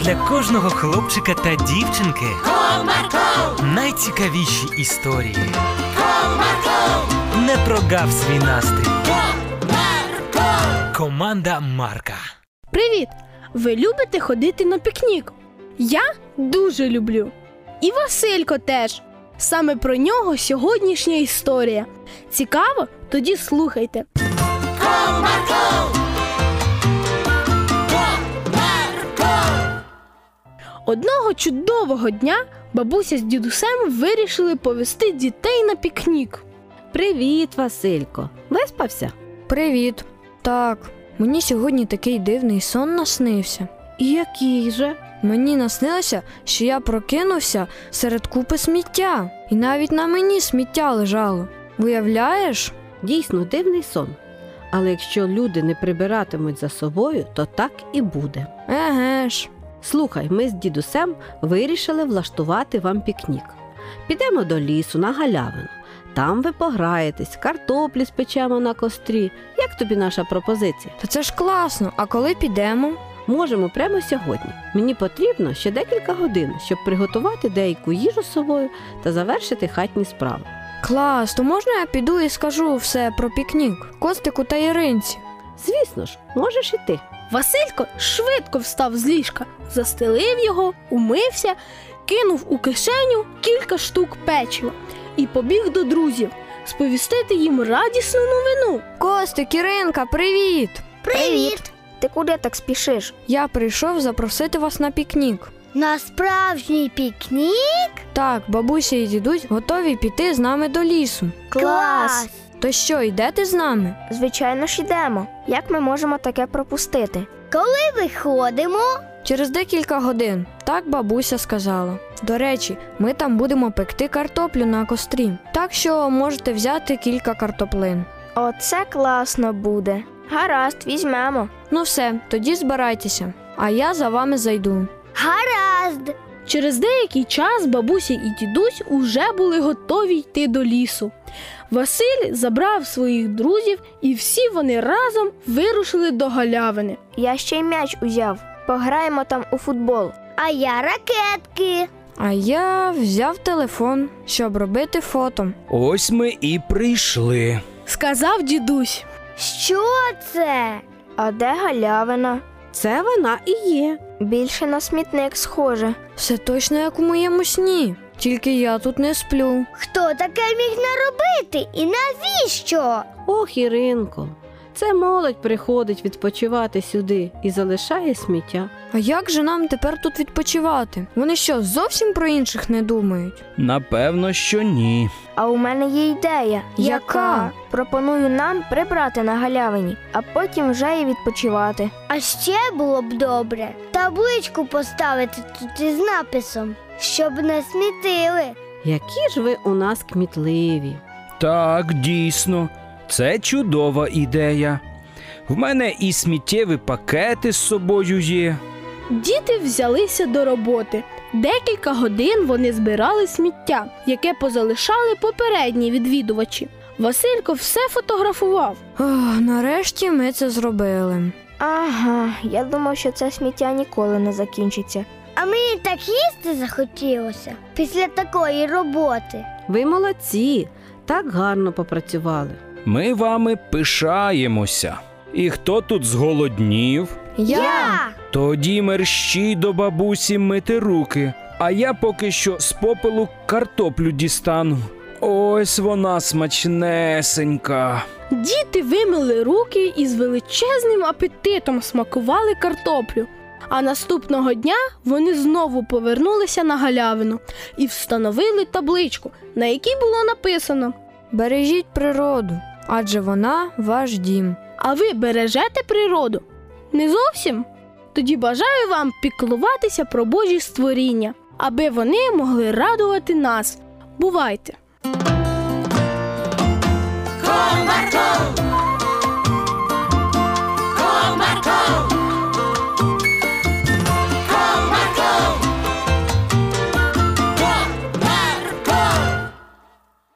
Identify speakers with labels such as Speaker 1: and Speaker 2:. Speaker 1: для кожного хлопчика та дівчинки
Speaker 2: Comarco,
Speaker 1: найцікавіші історії.
Speaker 2: comarco,
Speaker 1: Не прогав свій настрій.
Speaker 2: comarco.
Speaker 1: Команда Марка.
Speaker 3: Привіт! Ви любите ходити на пікнік? Я дуже люблю. І Василько теж. Саме про нього сьогоднішня історія. Цікаво? Тоді слухайте. Одного чудового дня бабуся з дідусем вирішили повести дітей на пікнік.
Speaker 4: Привіт, Василько. Виспався?
Speaker 5: Привіт. Так, мені сьогодні такий дивний сон наснився.
Speaker 4: Який же?
Speaker 5: Мені наснилося, що я прокинувся серед купи сміття, і навіть на мені сміття лежало. Уявляєш?
Speaker 4: Дійсно дивний сон. Але якщо люди не прибиратимуть за собою, то так і буде.
Speaker 5: Еге ж.
Speaker 4: Слухай, ми з дідусем вирішили влаштувати вам пікнік. Підемо до лісу на галявину. Там ви пограєтесь, картоплі спечемо на кострі. Як тобі наша пропозиція?
Speaker 5: То це ж класно. А коли підемо?
Speaker 4: Можемо прямо сьогодні. Мені потрібно ще декілька годин, щоб приготувати деяку їжу з собою та завершити хатні справи.
Speaker 5: Клас, то можна я піду і скажу все про пікнік, Костику та Іринці.
Speaker 4: Звісно ж, можеш і ти.
Speaker 3: Василько швидко встав з ліжка, застелив його, умився, кинув у кишеню кілька штук печива і побіг до друзів сповістити їм радісну новину.
Speaker 5: Костик, Іринка, привіт!
Speaker 6: Привіт! Ти куди так спішиш?
Speaker 5: Я прийшов запросити вас на пікнік.
Speaker 6: На справжній пікнік?
Speaker 5: Так, бабуся і дідусь готові піти з нами до лісу.
Speaker 6: Клас!
Speaker 5: То що, йдете з нами?
Speaker 6: Звичайно ж йдемо. Як ми можемо таке пропустити? Коли виходимо?
Speaker 5: Через декілька годин, так бабуся сказала. До речі, ми там будемо пекти картоплю на кострі, так що можете взяти кілька картоплин.
Speaker 6: Оце класно буде. Гаразд, візьмемо.
Speaker 5: Ну все, тоді збирайтеся, а я за вами зайду.
Speaker 6: Гаразд!
Speaker 3: Через деякий час бабуся і дідусь уже були готові йти до лісу. Василь забрав своїх друзів, і всі вони разом вирушили до галявини.
Speaker 6: Я ще й м'яч узяв. Пограємо там у футбол. А я ракетки.
Speaker 5: А я взяв телефон, щоб робити фото.
Speaker 7: Ось ми і прийшли.
Speaker 3: Сказав дідусь.
Speaker 6: Що це? А де галявина?
Speaker 4: Це вона і є.
Speaker 6: Більше на смітник схоже.
Speaker 5: Все точно як у моєму сні, тільки я тут не сплю.
Speaker 6: Хто таке міг наробити? І навіщо?
Speaker 4: Ох, Іринко, це молодь приходить відпочивати сюди і залишає сміття.
Speaker 5: А як же нам тепер тут відпочивати? Вони що, зовсім про інших не думають?
Speaker 7: Напевно, що ні.
Speaker 6: А у мене є ідея.
Speaker 5: Яка?
Speaker 6: Пропоную нам прибрати на галявині, а потім вже і відпочивати.
Speaker 8: А ще було б добре табличку поставити тут із написом, щоб не смітили.
Speaker 4: Які ж ви у нас кмітливі?
Speaker 7: Так, дійсно, це чудова ідея. В мене і сміттєві пакети з собою є.
Speaker 3: Діти взялися до роботи. Декілька годин вони збирали сміття, яке позалишали попередні відвідувачі. Василько все фотографував.
Speaker 5: Ох, нарешті ми це зробили.
Speaker 6: Ага, я думав, що це сміття ніколи не закінчиться.
Speaker 8: А мені так їсти захотілося після такої роботи.
Speaker 4: Ви молодці, так гарно попрацювали.
Speaker 7: Ми вами пишаємося. І хто тут зголоднів? Тоді мерщій до бабусі мити руки, а я поки що з попелу картоплю дістану. Ось вона смачнесенька.
Speaker 3: Діти вимили руки і з величезним апетитом смакували картоплю. А наступного дня вони знову повернулися на галявину і встановили табличку, на якій було написано:
Speaker 5: Бережіть природу, адже вона ваш дім.
Speaker 3: А ви бережете природу? Не зовсім? Тоді бажаю вам піклуватися про Божі створіння, аби вони могли радувати нас. Бувайте!